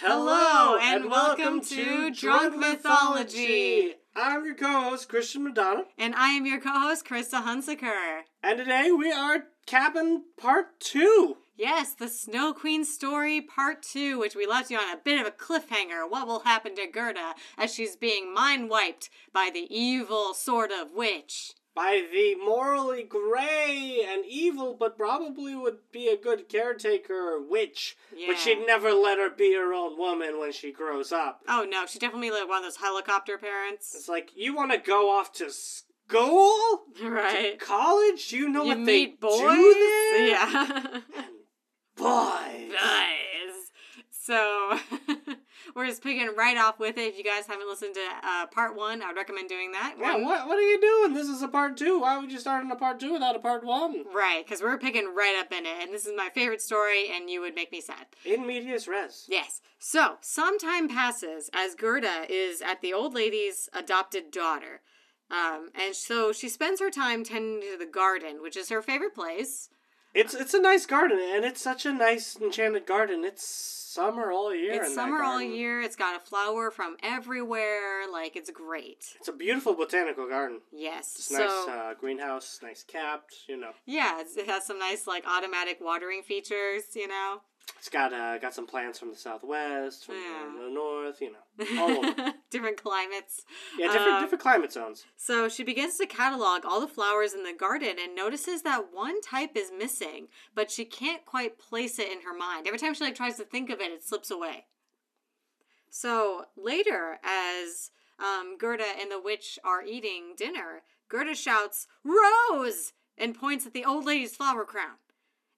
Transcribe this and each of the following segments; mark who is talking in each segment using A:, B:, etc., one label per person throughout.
A: Hello and welcome to Drunk Mythology.
B: I'm your co-host Christian Madonna,
A: And I am your co host, Krista Hunsaker.
B: and today we are capping part two.
A: Yes, the Snow Queen story, part two, which we left you on a bit of a cliffhanger. What will happen to Gerda as she's being mind wiped by the evil sort of witch?
B: By the morally gray and evil, but probably would be a good caretaker witch.
A: Yeah.
B: But she'd never let her be her own woman when she grows up.
A: Oh no, she definitely like one of those helicopter parents.
B: It's like, you want to go off to school?
A: Right.
B: College? Do you know
A: You
B: what they
A: meet boys?
B: do there?
A: Yeah.
B: Boys.
A: Nice. So we're just picking right off with it. If you guys haven't listened to uh, part one, I would recommend doing that.
B: Yeah,
A: One-
B: what, what are you doing? This is a part two. Why would you start on a part two without a part one?
A: Right, because we're picking right up in it, and this is my favorite story, and you would make me sad.
B: In medias res.
A: Yes. So, some time passes as Gerda is at the old lady's adopted daughter. Um, and so she spends her time tending to the garden, which is her favorite place.
B: It's it's a nice garden, and it's such a nice enchanted garden. It's summer all year. in
A: it's
B: that
A: summer all
B: garden.
A: year, it's got a flower from everywhere. Like, it's great.
B: It's a beautiful botanical garden.
A: Yes.
B: It's
A: so,
B: nice uh, greenhouse, nice capped. You know,
A: yeah, it's, it has some nice, like, automatic watering features, you know?
B: it's got uh, got some plants from the southwest, from
A: Yeah.
B: the north. You know, all over.
A: Different climates.
B: Yeah, different
A: Um,
B: different climate zones.
A: So she begins to catalog all the flowers in the garden and notices that one type is missing, but she can't quite place it in her mind. Every time she like tries to think of it, it slips away. So later, as um, Gerda and the witch are eating dinner, Gerda shouts "Rose" and points at the old lady's flower crown.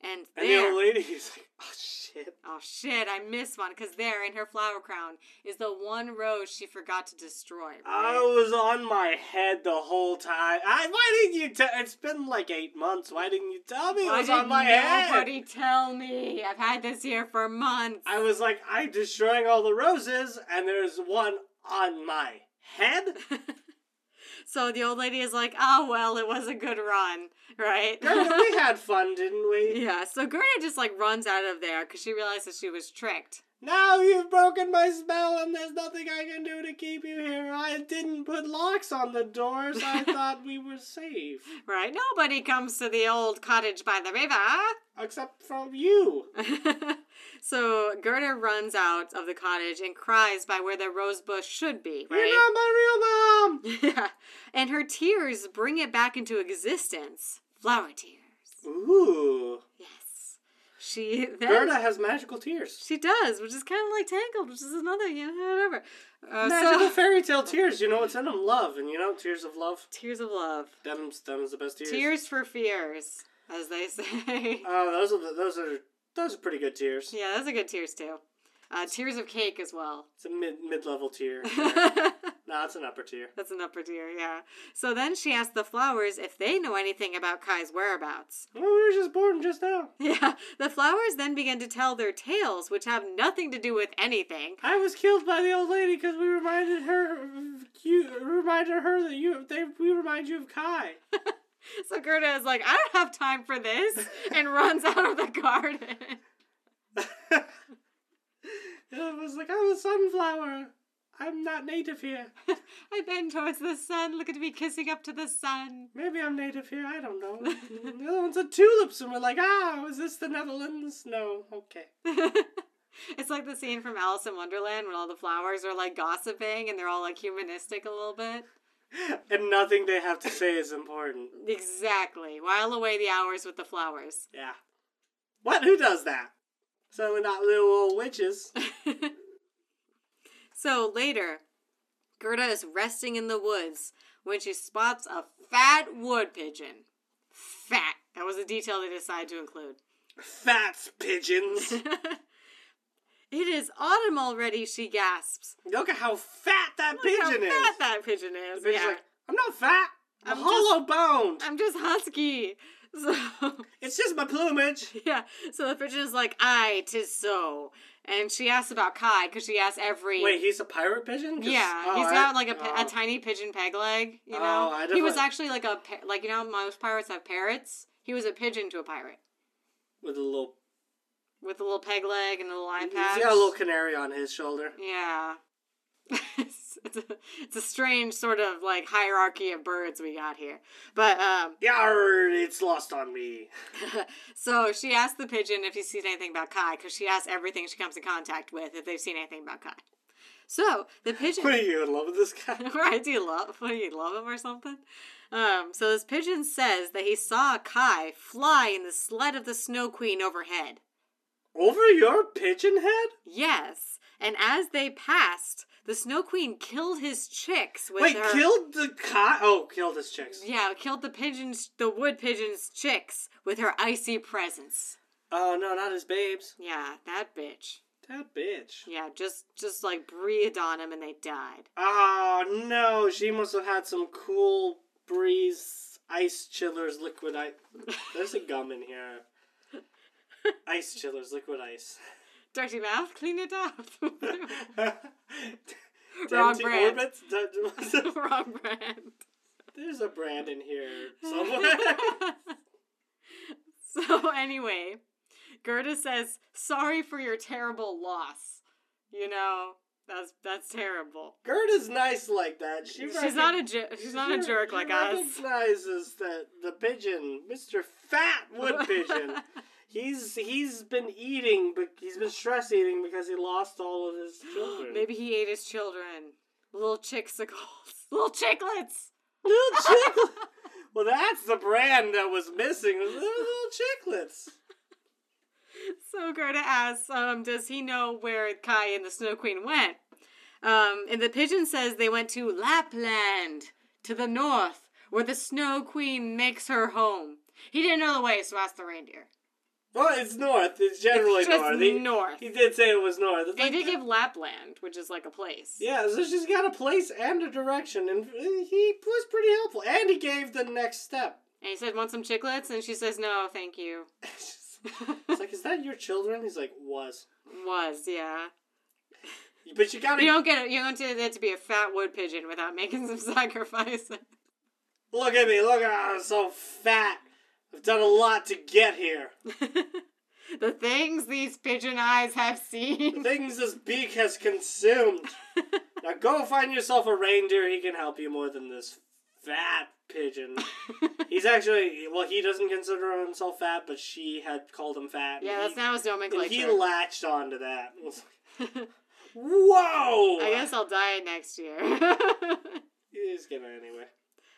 A: And,
B: And
A: there,
B: the old lady is like, oh shit.
A: oh shit, I missed one because there in her flower crown is the one rose she forgot to destroy.
B: I
A: right?
B: was on my head the whole time. I, why didn't you tell? It's been like eight months. Why didn't you tell me it
A: Why
B: was on
A: didn't
B: my head?
A: nobody tell me? I've had this here for months.
B: I was like, I'm destroying all the roses, and there's one on my head.
A: so the old lady is like, "Oh well, it was a good run, right?"
B: Girl, we had fun, didn't we?
A: yeah. So Gerda just like runs out of there because she realizes she was tricked.
B: Now you've broken my spell, and there's nothing I can do to keep you here. I didn't put locks on the doors. I thought we were safe,
A: Right? Nobody comes to the old cottage by the
B: except from you.
A: river. so Gerda runs out of the cottage and cries by where the rose bush should be. Right?
B: You're not my real mom.
A: yeah. And her tears bring it back into existence. Flower tears.
B: Ooh,
A: Yes. She then
B: Gerda has magical tears.
A: she does, which is kind of like Tangled, which is another you know, whatever. Uh,
B: Magical
A: so
B: fairy tale tears. You know what's in them? Love, and you know tears of love.
A: tears of love,
B: Them's them's the best tears.
A: tears. for fears, as they say.
B: Oh, those are the, those are those are pretty good tears.
A: yeah, those are good tears too. Uh, tears of cake as well.
B: It's a mid mid level tier.
A: That's
B: no, it's an upper tier.
A: an upper tier, yeah. So then she asked the flowers if they know anything about Kai's whereabouts.
B: Well, we were just born just now.
A: Yeah, the flowers then begin to tell their tales, which have nothing to do with anything.
B: I was killed by the old lady because we reminded her, of you reminded her that you they we remind you of Kai.
A: So Gerda is like, I don't have time for this, and runs out of the garden.
B: And I was like, I'm a sunflower. I'm not native here.
A: I bend towards the sun. Look at me kissing up to the sun.
B: Maybe I'm native here. I don't know. the other ones are tulips, and we're like, ah, is this the Netherlands? No, okay.
A: it's like the scene from Alice in Wonderland when all the flowers are like gossiping and they're all like humanistic a little bit.
B: And nothing they have to say is important.
A: Exactly. While away the hours with the flowers.
B: Yeah. What? Who does that? Certainly not little old witches.
A: So later, Gerda is resting in the woods when she spots a fat wood pigeon. Fat. That was a detail they decided to include.
B: Fats pigeons.
A: It is autumn already, she gasps.
B: Look at how fat that
A: Look how
B: pigeon is.
A: fat that pigeon
B: The
A: is.
B: pigeon's
A: yeah.
B: like, I'm not fat. I'm,
A: I'm just- Uh,
B: hollow boned.
A: I'm just husky. So
B: It's just my plumage.
A: yeah. So the pigeon is like, "I tis so," and she asks about Kai because she asks every.
B: Wait, he's a pirate pigeon? 'Cause-
A: yeah,
B: oh,
A: he's
B: I-
A: got like a, pi- a
B: oh.
A: tiny pigeon peg leg. You
B: Oh,
A: know,
B: I
A: he was
B: definitely-
A: actually like a pa- like you know most pirates have parrots. He was a pigeon to a pirate.
B: With a little
A: with a little peg leg and a little eye
B: He's
A: patch.
B: got a little canary on his shoulder.
A: Yeah. it's, it's, a, it's a strange sort of like hierarchy of birds we got here. But um
B: Yarr, it's lost on me.
A: so she asked the pigeon if he's seen anything about Kai cuz she asks everything she comes in contact with if they've seen anything about Kai. So, the pigeon
B: What are you in love with this guy?
A: right? Do you love? What do you love him or something? Um, so this pigeon says that he saw Kai fly in the sled of the Snow Queen overhead.
B: Over your pigeon head?
A: Yes, and as they passed, the Snow Queen killed his chicks with
B: Wait,
A: her.
B: killed the cow? Oh, killed his chicks.
A: Yeah, killed the pigeons, the wood pigeons' chicks with her icy presence.
B: Oh no, not his babes.
A: Yeah, that bitch.
B: That bitch.
A: Yeah, just just like breathed on him and they died.
B: Oh no, she must have had some cool breeze ice chillers liquid ice. There's a gum in here. Ice chillers liquid ice.
A: Dirty mouth, clean it up.
B: Wrong
A: brand.
B: Orbits?
A: Wrong brand.
B: There's a brand in here somewhere.
A: so anyway, Gerda says, "Sorry for your terrible loss." You know, that's that's terrible.
B: Gerda's nice like that. She
A: she's not
B: recog-
A: a ju- she's not a
B: she-
A: jerk
B: she
A: like us.
B: Recognizes that the pigeon, Mr. Fat Wood Pigeon. He's he's been eating, but he's been stress eating because he lost all of his children.
A: Maybe he ate his children, little chicksicles, little chicklets.
B: little chicklets. well, that's the brand that was missing. Was the little chicklets.
A: So Gerda asks, um, "Does he know where Kai and the Snow Queen went?" Um, and the pigeon says they went to Lapland, to the north, where the Snow Queen makes her home. He didn't know the way, so asked the reindeer.
B: Well, it's north. It's generally
A: Just
B: north. He,
A: north.
B: he did say it was north. It's
A: They
B: like-
A: did give Lapland, which is like a place.
B: Yeah, so she's got a place and a direction, and he was pretty helpful. And he gave the next step.
A: And he said, "Want some chiclets?" And she says, "No, thank you."
B: it's like, is that your children? He's like, was.
A: Was yeah.
B: But you gotta
A: You don't get it. You don't get it to be a fat wood pigeon without making some sacrifices.
B: look at me. Look, ah, I'm so fat. I've done a lot to get here.
A: the things these pigeon eyes have
B: The
A: seen.
B: things this beak has consumed. now go find yourself a reindeer. He can help you more than this fat pigeon. He's actually well. He doesn't consider himself fat, but she had called him fat. and
A: yeah, that's
B: he,
A: now his
B: And he
A: nomenclature.
B: latched onto that. and was like, Whoa!
A: I guess I'll die next year.
B: he's gonna anyway.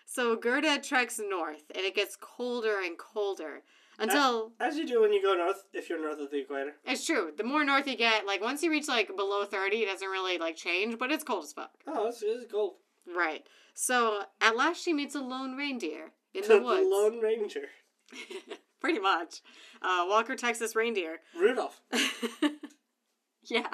A: so Gerda treks north, and it gets colder and colder until
B: As you do when you go north, if you're north of the equator.
A: it's true. The more north you get, like once you reach like below thirty, it doesn't really like change, but it's cold as fuck.
B: Oh, this is cold.
A: Right. So at last, she meets a lone reindeer in
B: The
A: the woods.
B: Lone Ranger.
A: Pretty much, uh, Walker Texas reindeer.
B: Rudolph.
A: yeah.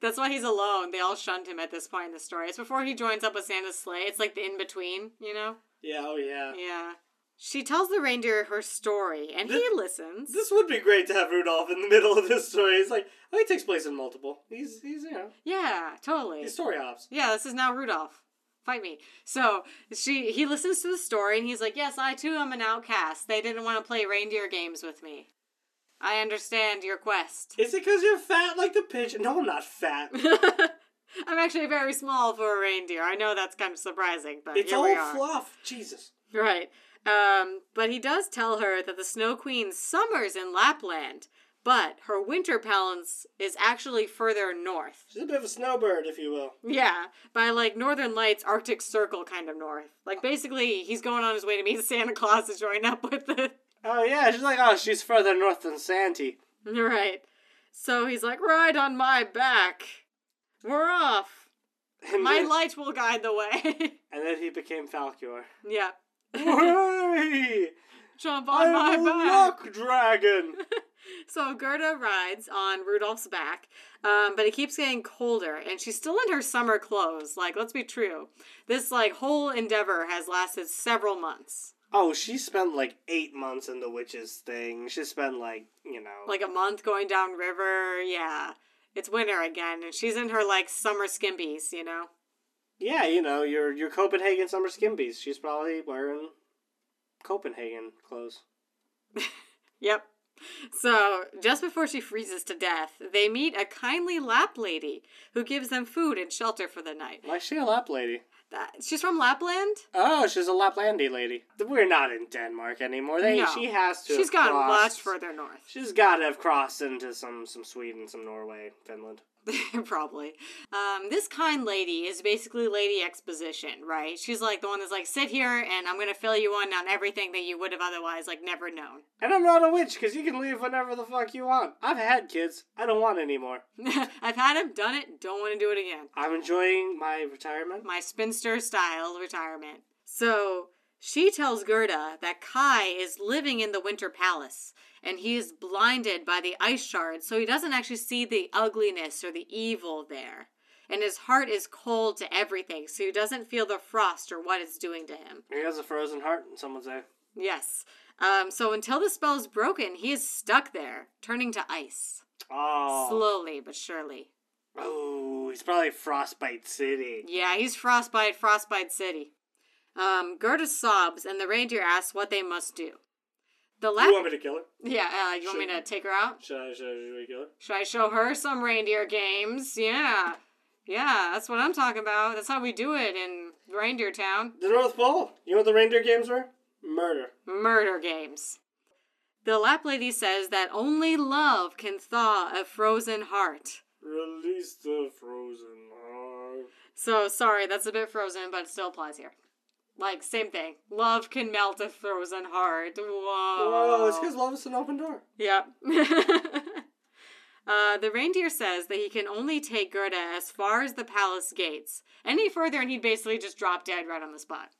A: That's why he's alone. They all shunned him at this point in the story. It's before he joins up with Santa's sleigh. It's like the in between, you know?
B: Yeah. Oh yeah.
A: Yeah. She tells the reindeer her story, and he
B: This-
A: listens.
B: This would be great to have Rudolph in the middle of this story. It's like, oh, he takes place in multiple. He's he's you know
A: yeah, totally.
B: he's story hops.
A: Yeah, this is now Rudolph. Fight me. So she he listens to the story and he's like, Yes, I too am an outcast. They didn't want to play reindeer games with me. I understand your quest.
B: Is it because you're fat like the pigeon? No, I'm not fat.
A: I'm actually very small for a reindeer. I know that's kind of surprising, but
B: It's
A: here
B: all
A: we are.
B: fluff. Jesus.
A: Right. Um, but he does tell her that the Snow Queen summers in Lapland, but her winter palace is actually further north.
B: She's a bit of a snowbird, if you will.
A: Yeah, by like Northern Lights, Arctic Circle kind of north. Like basically, he's going on his way to meet Santa Claus to join up with the.
B: Oh yeah, she's like, oh, she's further north than Santy.
A: Right. So he's like, ride on my back. We're off.
B: And,
A: My
B: then,
A: light will guide the way.
B: and then he became Falcor.
A: yeah.
B: Hey,
A: Jump on my
B: I'm a
A: back.
B: luck dragon.
A: So Gerda rides on Rudolph's back, um, but it keeps getting colder, and she's still in her summer clothes. Like, let's be true, this like whole endeavor has lasted several months,
B: Oh, she spent like eight months in the witches thing. She spent like you know,
A: like a month going down river. Yeah, it's winter again, and she's in her like summer skimpies, you know.
B: yeah, you know, your your Copenhagen summer skimbies. She's probably wearing Copenhagen clothes.
A: Yep. So, just before she freezes to death, they meet a kindly Lap lady who gives them food and shelter for the night.
B: Why is she a lap lady?
A: That, she's from Lapland?
B: Oh, she's a Laplandy lady. We're not in Denmark anymore. They,
A: No.
B: She has to.
A: She's
B: have
A: gone much
B: crossed-
A: further north,
B: She's got to have crossed into some some Sweden, some Norway, Finland.
A: probably. Um, this kind lady is basically Lady Exposition, right? She's like the one that's like, sit here and I'm going to fill you in on everything that you would have otherwise like never known.
B: And I'm not a witch because you can leave whenever the fuck you want. I've had kids. I don't want any more.
A: I've had him, done it, don't want to do it again.
B: I'm enjoying my retirement.
A: my spinster style retirement. So she tells Gerda that Kai is living in the Winter Palace and he is blinded by the ice shards, so he doesn't actually see the ugliness or the evil there. And his heart is cold to everything, so he doesn't feel the frost or what it's doing to him.
B: He has a frozen heart, some would say.
A: Yes. Um, so until the spell is broken, he is stuck there, turning to ice.
B: Oh.
A: Slowly but surely.
B: Oh, he's probably Frostbite City.
A: Yeah, he's Frostbite, Frostbite City. Um, Gerda sobs, and the reindeer asks what they must do. The
B: You
A: lap.
B: want me to kill her?
A: yeah, uh, you want me to take her out?
B: Should I, should I, should we kill her?
A: Should I show her some reindeer games? Yeah. Yeah, that's what I'm talking about. That's how we do it in Reindeer Town.
B: The North Pole. You know what the reindeer games were? Murder.
A: Murder games. The lap lady says that only love can thaw a frozen heart.
B: Release the frozen heart.
A: So sorry, that's a bit frozen, but it still applies here. Like same thing. Love can melt a frozen heart. Whoa.
B: Oh, it's because love is an open door.
A: Yep. uh, the reindeer says that he can only take Gerda as far as the palace gates. Any further, and he'd basically just drop dead right on the spot.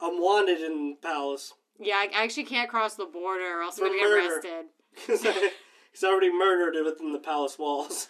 B: I'm wanted in the palace.
A: Yeah, I I actually can't cross the border, or else I'm
B: For
A: gonna get
B: murder.
A: arrested.
B: Because he's already murdered within the palace walls.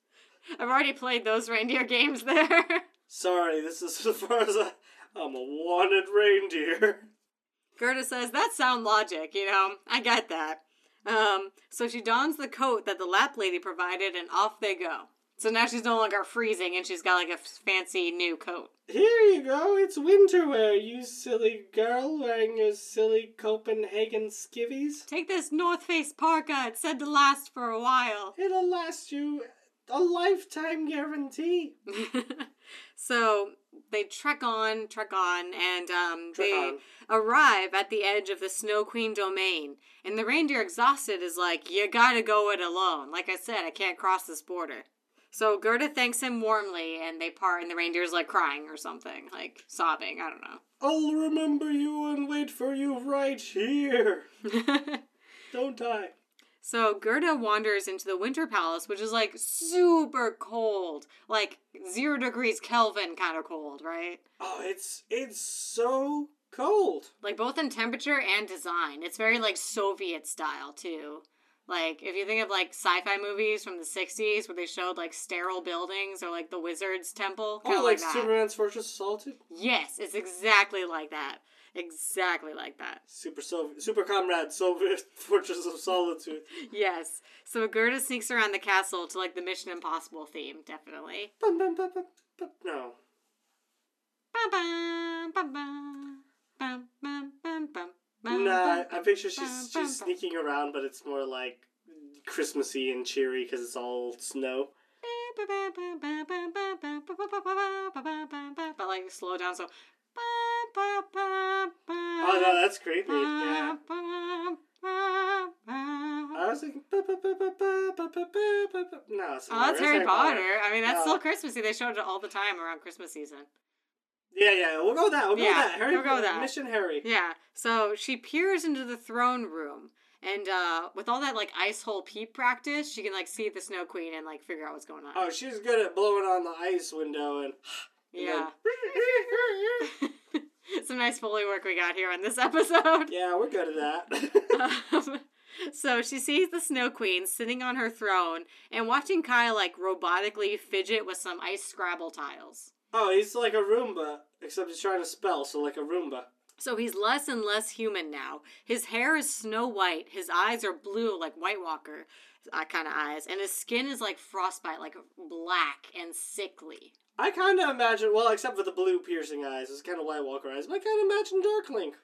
A: I've already played those reindeer games there.
B: Sorry, this is as far as I, I'm a wanted reindeer.
A: Gerda says, that's sound logic, you know, I get that. Um, so she dons the coat that the lap lady provided and off they go. So now she's no longer freezing and she's got like a f- fancy new coat.
B: Here you go, it's winter wear, you silly girl wearing your silly Copenhagen skivvies.
A: Take this North Face parka, it's said to last for a while.
B: It'll last you a lifetime guarantee.
A: so they trek on, trek on, and um,
B: Trek
A: they
B: on.
A: arrive at the edge of the Snow Queen domain. And the reindeer, exhausted, is like, You gotta go it alone. Like I said, I can't cross this border. So Gerda thanks him warmly, and they part, and the reindeer's like crying or something, like sobbing. I don't know.
B: I'll remember you and wait for you right here. Don't die.
A: So Gerda wanders into the Winter Palace, which is like super cold, like zero degrees Kelvin kind of cold, right?
B: Oh, it's it's so cold.
A: like both in temperature and design. It's very like Soviet style too. Like if you think of like sci-fi movies from the '60s where they showed like sterile buildings or like the wizard's temple, kind
B: Oh,
A: of
B: like
A: like, that.
B: Superman's Fortress Assaulted?
A: yes, it's exactly like that. Exactly like that.
B: Super Soviet, Super Comrade Soviet Fortress of Solitude.
A: Yes. So Gerda sneaks around the castle to like the Mission Impossible theme, definitely.
B: Bum, bum, bum, bum, bum. No.
A: Ba-bum, ba-bum, bum, bum, bum, bum, bum,
B: Nah,
A: bum.
B: I picture
A: bum,
B: she's
A: bum,
B: she's
A: bum.
B: sneaking around, but it's more like Christmassy and cheery because it's all snow.
A: but like slow down so
B: Oh no, that's creepy. Yeah.
A: Oh,
B: I was thinking. ba, ba, ba, ba, ba, ba, ba, ba, ba, ba. No, it's
A: Oh,
B: not.
A: that's
B: It's
A: Harry Potter. I mean, that's
B: Yeah.
A: still Christmassy. They showed it all the time around Christmas season.
B: Yeah, yeah, we'll go with that. We'll go with
A: Yeah,
B: that. Harry
A: we'll go with that.
B: Mission Harry.
A: Yeah. So she peers into the throne room, and uh, with all that like ice hole peep practice, she can like see the Snow Queen and like figure out what's going on.
B: Oh, she's good at blowing on the ice window and. and
A: yeah.
B: then-
A: Some nice Foley work we got here on this episode.
B: yeah, we're good at that.
A: Um, so she sees the Snow Queen sitting on her throne and watching Kai like robotically fidget with some ice Scrabble tiles.
B: oh, he's like a Roomba, except he's trying to spell, so like a Roomba.
A: So he's less and less human now. His hair is snow white, his eyes are blue like White Walker uh, kind of eyes, and his skin is like frostbite, like black and sickly.
B: I kind of imagine, well, except for the blue piercing eyes, it's kind of White Walker eyes, but I kind of imagine Dark Link.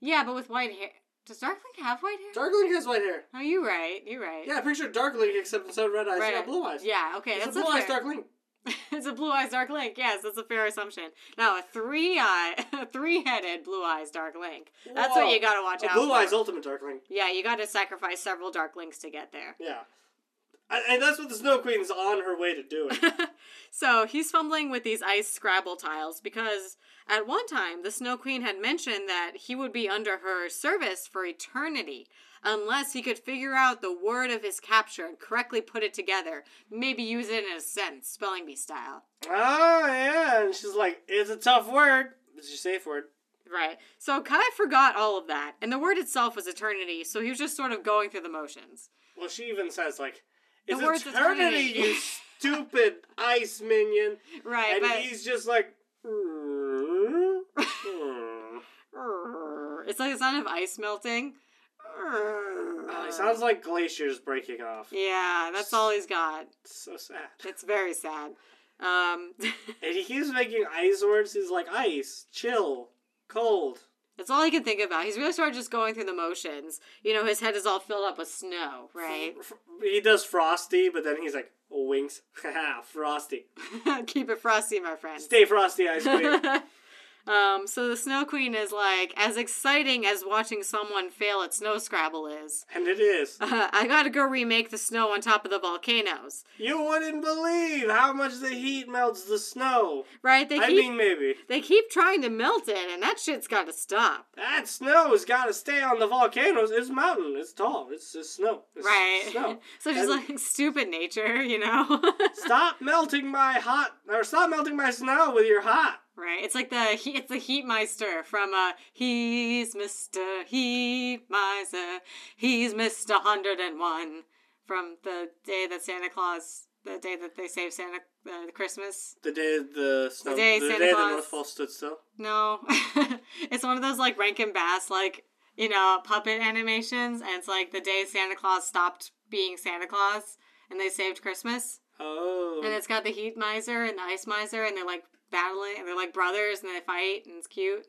A: Yeah, but with white hair. Does Darkling have white hair?
B: Darkling has white hair.
A: oh, you're right. You're right.
B: Yeah, picture Darkling except instead of red eyes,
A: Right.
B: you got blue eyes.
A: Yeah, okay,
B: it's
A: that's
B: a
A: a
B: blue eyes
A: fair-
B: Darkling.
A: it's a blue eyes dark link. Yes, that's a fair assumption. Now a three eye, three headed blue eyes dark link. That's
B: Whoa.
A: what you gotta watch
B: A
A: out.
B: blue
A: for.
B: eyes ultimate Darkling.
A: Yeah, you gotta sacrifice several dark links to get there.
B: Yeah. And- And that's what the Snow Queen's on her way to doing.
A: So he's fumbling with these ice Scrabble tiles because at one time the Snow Queen had mentioned that he would be under her service for eternity unless he could figure out the word of his capture and correctly put it together, maybe use it in a sentence, spelling bee style.
B: oh, yeah. And she's like, it's a tough word. It's your safe word.
A: Right. So Kai forgot all of that, and the word itself was eternity, so he was just sort of going through the motions.
B: Well, she even says, like, it's
A: The word's
B: eternity,
A: eternity.
B: you stupid ice minion.
A: Right,
B: And
A: but
B: he's just like, "Mm, mm."
A: it's like the sound of ice melting.
B: Oh, it sounds like glaciers breaking off.
A: Yeah, that's all he's got.
B: It's so sad.
A: It's very sad. Um,
B: And he keeps making ice words. He's like, ice, chill, cold.
A: that's all he can think about. He's really sort of just going through the motions. You know, his head is all filled up with snow, right?
B: F- He does frosty, but then he's like, winks. Haha, frosty.
A: Keep it frosty, my friend.
B: Stay frosty, ice cream.
A: Um, so the Snow Queen is like as exciting as watching someone fail at Snow Scrabble is. Uh,
B: and it is.
A: I gotta go remake the snow on top of the volcanoes,
B: You wouldn't believe how much the heat melts the snow.
A: right? They keep
B: I mean, maybe.
A: they keep trying to melt it, and that shit's gotta stop.
B: That snow has got to stay on the volcanoes. It's mountain. It's tall. It's just snow. It's
A: Right.
B: Snow.
A: so just
B: And-
A: like stupid nature, you know.
B: stop melting my hot, or stop melting my snow with your hot.
A: right. It's like the he- it's the Heatmeister from uh he's Mister Heatmeister, he's Mister Hundred and One from the day that Santa Claus, the day that they save Santa uh, Christmas.
B: The day the snow,
A: The day Santa Claus-
B: North Pole stood still.
A: No. it's one of those like Rankin Bass like, you know, puppet animations and it's like the day Santa Claus stopped being Santa Claus and they saved Christmas.
B: Oh.
A: And it's got the heat miser and the ice miser and they're like battling and they're like brothers and they fight and it's cute.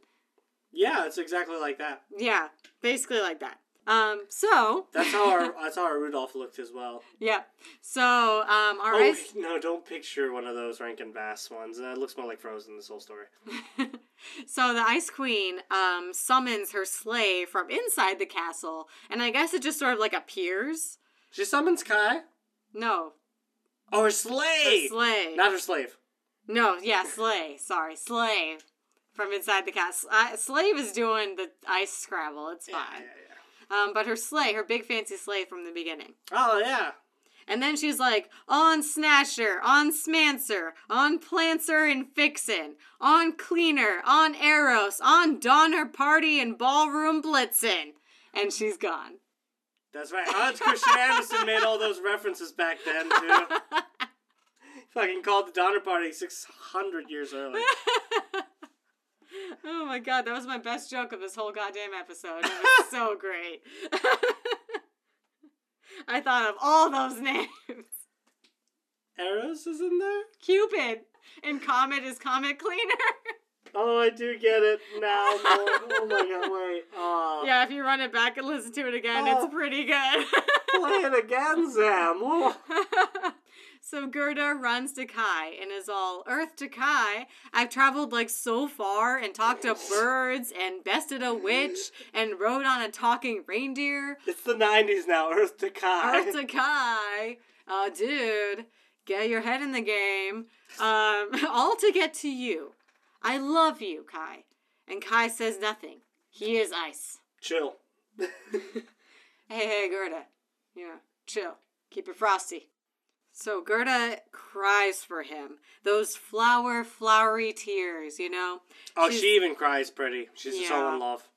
B: yeah, it's exactly like that.
A: Yeah, basically like that. Um so
B: That's how our that's how our Rudolph looked as well.
A: Yeah. So um our
B: Oh
A: ice
B: wait, no, don't picture one of those Rankin Bass ones. That looks more like Frozen. This whole story.
A: So the Ice Queen um, summons her sleigh from inside the castle, and I guess it just sort of like appears.
B: She summons Kai.
A: No,
B: Oh, her
A: her
B: sleigh.
A: sleigh.
B: Not her slave.
A: no, yeah, sleigh. Sorry, sleigh from inside the castle. I, slave is doing the ice scrabble. It's fine. Um, but her sleigh, her big fancy sleigh from the beginning.
B: Oh yeah.
A: And then she's like, on Snatcher, on Smancer, on Plancer and Fixin, on Cleaner, on Eros, on Donner Party and Ballroom Blitzen. And she's gone.
B: That's right. Hans Christian Andersen made all those references back then too. Fucking called the Donner Party six hundred years early.
A: Oh my god, that was my best joke of this whole goddamn episode. It was so great. I thought of all those names.
B: Eros is in there.
A: Cupid and Comet is Comet Cleaner.
B: Oh, I do get it now. More. Oh my god! Wait. Oh.
A: Yeah, if you run it back and listen to it again,
B: Oh.
A: it's pretty good.
B: Play it again, Sam. Oh.
A: so Gerda runs to Kai and is all, Earth to Kai, I've traveled like so far and talked to birds and bested a witch and rode on a talking reindeer.
B: It's the '90s now. Earth to Kai.
A: Earth to Kai. Oh, dude, get your head in the game. Um, all to get to you. I love you, Kai. And Kai says nothing. He is ice.
B: Chill.
A: Hey, hey, Gerda. You know, chill. Keep it frosty. So Gerda cries for him. Those flower, flowery tears, you know?
B: Oh,
A: She's-
B: she even cries pretty. She's just all
A: Yeah.
B: in love.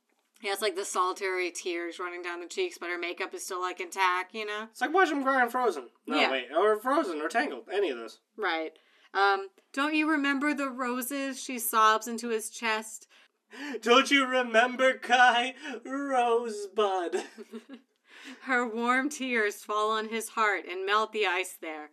A: He has like the solitary tears running down the cheeks, but her makeup is still like intact, you know?
B: It's like watching them cry on Frozen. No,
A: Yeah.
B: wait. Or Frozen or Tangled. Any of those.
A: Right. Um, don't you remember the roses? She sobs into his chest.
B: Don't you remember Kai Rosebud?
A: Her warm tears fall on his heart and melt the ice there.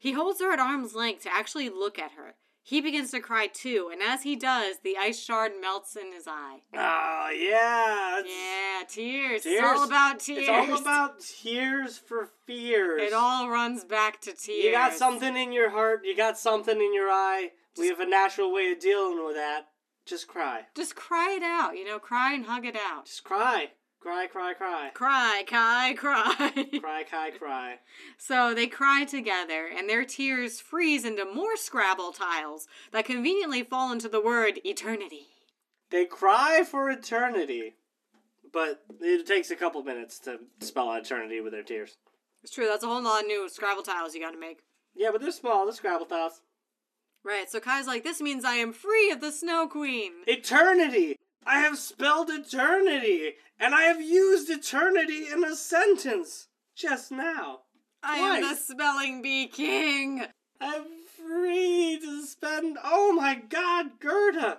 A: He holds her at arm's length to actually look at her. He begins to cry too, and as he does, the ice shard melts in his eye.
B: Oh yeah. that's-
A: Yeah, tears. It's
B: Tears.
A: all about tears.
B: It's all about tears for fears.
A: It all runs back to tears.
B: You got something in your heart. You got something in your eye. we have a natural way of dealing with that. Just cry.
A: Just cry it out, you know, cry and hug it out.
B: Just cry. Cry, cry, cry.
A: Cry, Kai, cry.
B: Cry, cry, cry.
A: so they cry together, and their tears freeze into more Scrabble tiles that conveniently fall into the word eternity.
B: They cry for eternity, but it takes a couple minutes to spell out eternity with their tears.
A: It's true, that's a whole lot of new Scrabble tiles you gotta make.
B: Yeah, but they're small. They're Scrabble tiles.
A: Right, so Kai's like, this means I am free of the Snow Queen.
B: Eternity! I have spelled eternity, and I have used eternity in a sentence just now.
A: I am the
B: twice.
A: spelling bee king.
B: I'm free to spend. Oh my god, Gerda!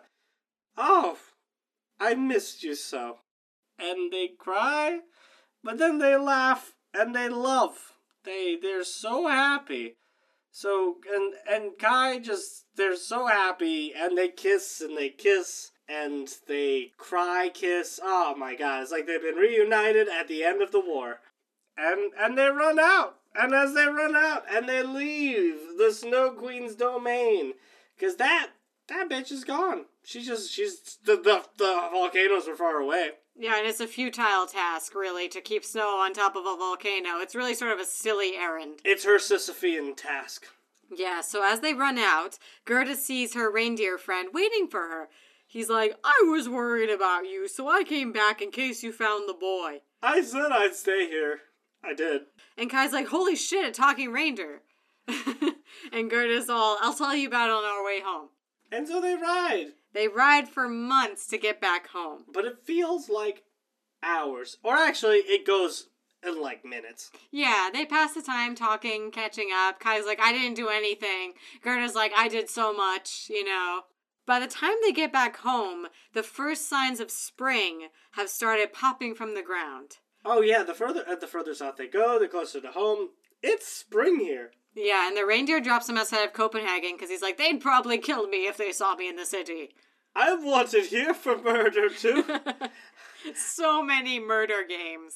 B: Oh, I missed you so. And they cry, but then they laugh and they love. They they're so happy. So and and Kai just they're so happy and they kiss and they kiss and they cry kiss. Oh my god, it's like they've been reunited at the end of the war and and they run out. And as they run out, and they leave the Snow Queen's domain, because that that bitch is gone. She just she's the the, the volcanoes are far away.
A: Yeah, and it's a futile task, really, to keep snow on top of a volcano. It's really sort of a silly errand.
B: It's her Sisyphean task.
A: Yeah, so as they run out, Gerda sees her reindeer friend waiting for her. He's like, I was worried about you, so I came back in case you found the boy.
B: I said I'd stay here. I did.
A: And Kai's like, Holy shit, a talking reindeer. and Gerda's all, I'll tell you about it on our way home.
B: And so they ride,
A: They ride for months to get back home.
B: but it feels like hours, or actually, it goes in like minutes.
A: Yeah, they pass the time talking, catching up. Kai's like, I didn't do anything. Gerda's like, I did so much, you know. By the time they get back home, the first signs of spring have started popping from the ground.
B: Oh yeah, the further uh, the further south they go, the closer to home. It's spring here.
A: Yeah, and the reindeer drops him outside of Copenhagen because he's like, they'd probably kill me if they saw me in the city.
B: I'm wanted here for murder too.
A: So many murder games.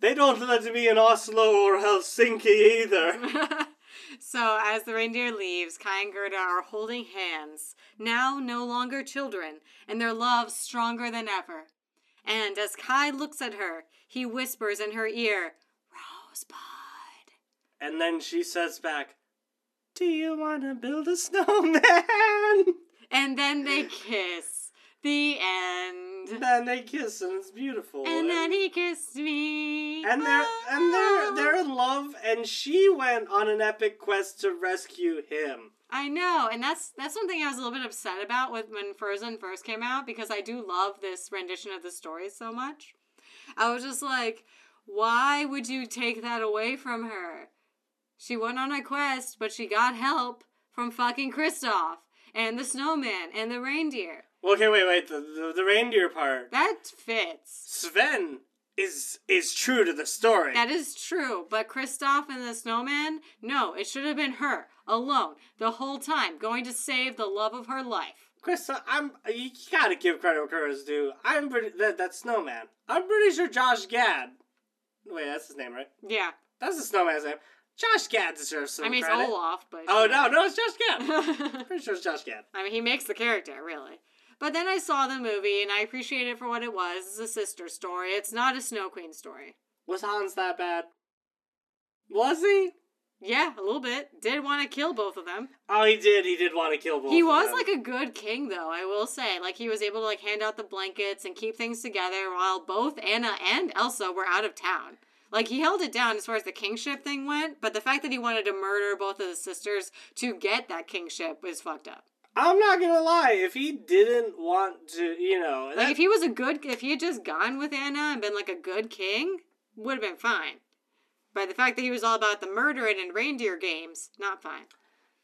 B: They don't let me in Oslo or Helsinki either.
A: So, as the reindeer leaves, Kai and Gerda are holding hands, now no longer children, and their love stronger than ever. And as Kai looks at her, he whispers in her ear, Rosebud.
B: and then she says back, Do you want to build a snowman?
A: And then they kiss. The end.
B: then they kiss and it's beautiful.
A: And then he kissed me.
B: and they're and they're they're in love and she went on an epic quest to rescue him.
A: I know, and that's that's something I was a little bit upset about with when Frozen first came out because I do love this rendition of the story so much. I was just like, why would you take that away from her? She went on a quest, but she got help from fucking Kristoff and the snowman and the reindeer.
B: Okay, wait, wait, the the, the reindeer part.
A: That fits.
B: Sven is is true to the story.
A: That is true, but Kristoff and the snowman, no, it should have been her alone the whole time going to save the love of her life.
B: Chris, I'm you gotta give credit where credit is due. I'm pretty that that snowman. I'm pretty sure Josh Gad. Wait, that's his name, right?
A: Yeah.
B: That's the snowman's name. Josh Gad deserves some
A: I mean, it's
B: credit.
A: Olaf, but.
B: Oh no, no, it's Josh Gad.
A: I
B: pretty sure it's Josh Gad.
A: mean, he makes the character, really. But then I saw the movie and I appreciate it for what it was. It's a sister story. It's not a Snow Queen story.
B: Was Hans that bad? Was he?
A: Yeah, a little bit. Did want to kill both of them.
B: Oh, he did. He did want to kill both.
A: he
B: of
A: was
B: them.
A: like a good king, though, I will say. Like, he was able to, like, hand out the blankets and keep things together while both Anna and Elsa were out of town. Like, he held it down as far as the kingship thing went, but the fact that he wanted to murder both of the sisters to get that kingship was fucked up.
B: I'm not gonna lie. If he didn't want to, you know,
A: Like
B: that-
A: if he was a good, if he had just gone with Anna and been like a good king, would have been fine. But the fact that he was all about the murdering and reindeer games, not fine.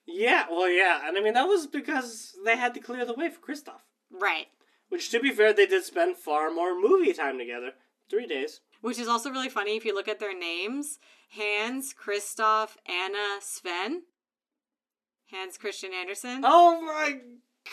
B: yeah, well, yeah, and I mean that was because they had to clear the way for Kristoff.
A: Right.
B: Which, to be fair, they did spend far more movie time together. Three days.
A: Which is also really funny if you look at their names: Hans, Kristoff, Anna, Sven. Hans Christian Andersen.
B: Oh my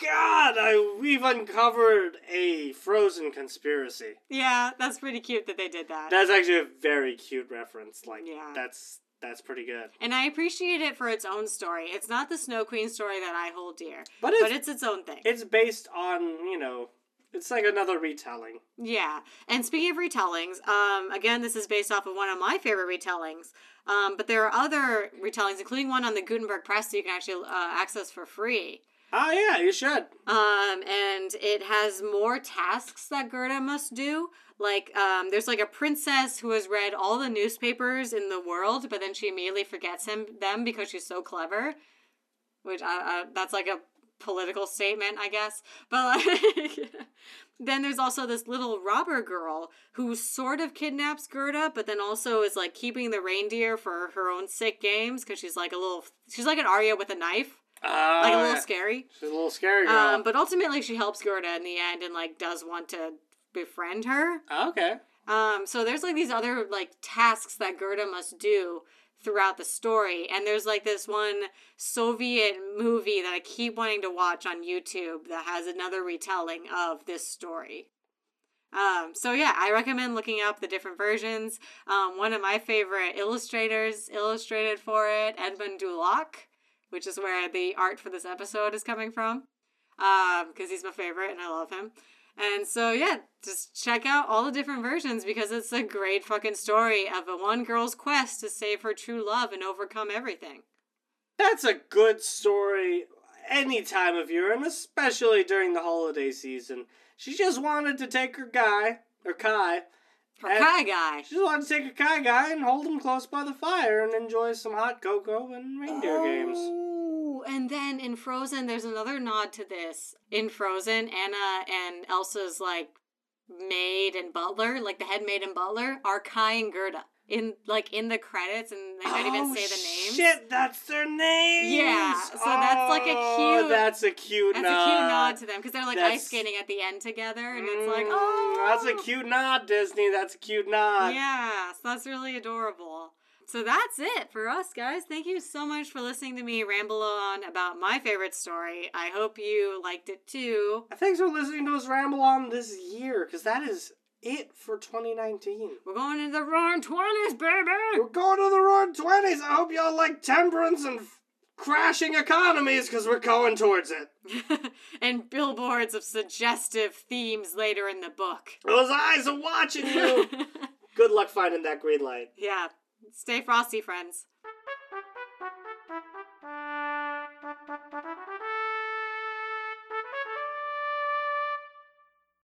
B: god! I we've uncovered a frozen conspiracy.
A: Yeah, that's pretty cute that they did that.
B: That's actually a very cute reference. Like
A: Yeah.
B: that's that's pretty good.
A: and I appreciate it for its own story. It's not the Snow Queen story that I hold dear,
B: But
A: but
B: it's
A: it's its own thing.
B: it's based on, you know, it's like another retelling.
A: Yeah. And speaking of retellings, um, again, this is based off of one of my favorite retellings. Um, but there are other retellings, including one on the Gutenberg Press that you can actually uh, access for free.
B: Oh yeah, you should.
A: Um, and it has more tasks that Gerda must do. Like, um, there's like a princess who has read all the newspapers in the world, but then she immediately forgets him them because she's so clever. Which I, I, that's like a political statement, I guess. But like, then there's also this little robber girl who sort of kidnaps Gerda, but then also is like keeping the reindeer for her own sick games because she's like a little, she's like an Arya with a knife,
B: Uh,
A: like a little scary.
B: she's a little scary girl.
A: Um, but ultimately, she helps Gerda in the end and like does want to befriend her.
B: Ah, okay.
A: Um, so there's like these other like tasks that Gerda must do throughout the story, and there's like this one Soviet movie that I keep wanting to watch on YouTube that has another retelling of this story. Um, so yeah, I recommend looking up the different versions. Um, one of my favorite illustrators illustrated for it, Edmund Duloc, which is where the art for this episode is coming from, because he's my favorite and I love him. And so yeah, just check out all the different versions because it's a great fucking story of a one girl's quest to save her true love and overcome everything.
B: That's a good story any time of year, and especially during the holiday season. She just wanted to take her guy, or Kai,
A: Her
B: And-
A: Kai guy.
B: she just wanted to take her Kai guy and hold him close by the fire and enjoy some hot cocoa and reindeer games.
A: Oh, and then in Frozen, there's another nod to this. In Frozen, Anna and Elsa's like maid and butler, like the head maid and butler, are Kai and Gerda in like in the credits, and they don't even
B: Oh,
A: say the names.
B: Shit, that's their names.
A: Yeah, so that's like a
B: Oh,
A: cute-
B: That's a cute
A: That's
B: nod.
A: a cute nod to them because they're like
B: That's-
A: ice skating at the end together, and it's like,
B: Mm,
A: oh,
B: that's a cute nod, Disney. That's a cute nod.
A: Yeah, so that's really adorable. So that's it for us, guys. Thank you so much for listening to me ramble on about my favorite story. I hope you liked it too.
B: Thanks for listening to us ramble on this year, because that is it for 2019.
A: We're going into the roaring 20s, baby!
B: We're going to the roaring 20s. I hope y'all like temperance and f- crashing economies, because we're going towards it.
A: and billboards of suggestive themes later in the book.
B: Those eyes are watching you. Good luck finding that green light.
A: yeah, stay frosty, friends.
C: Thank you.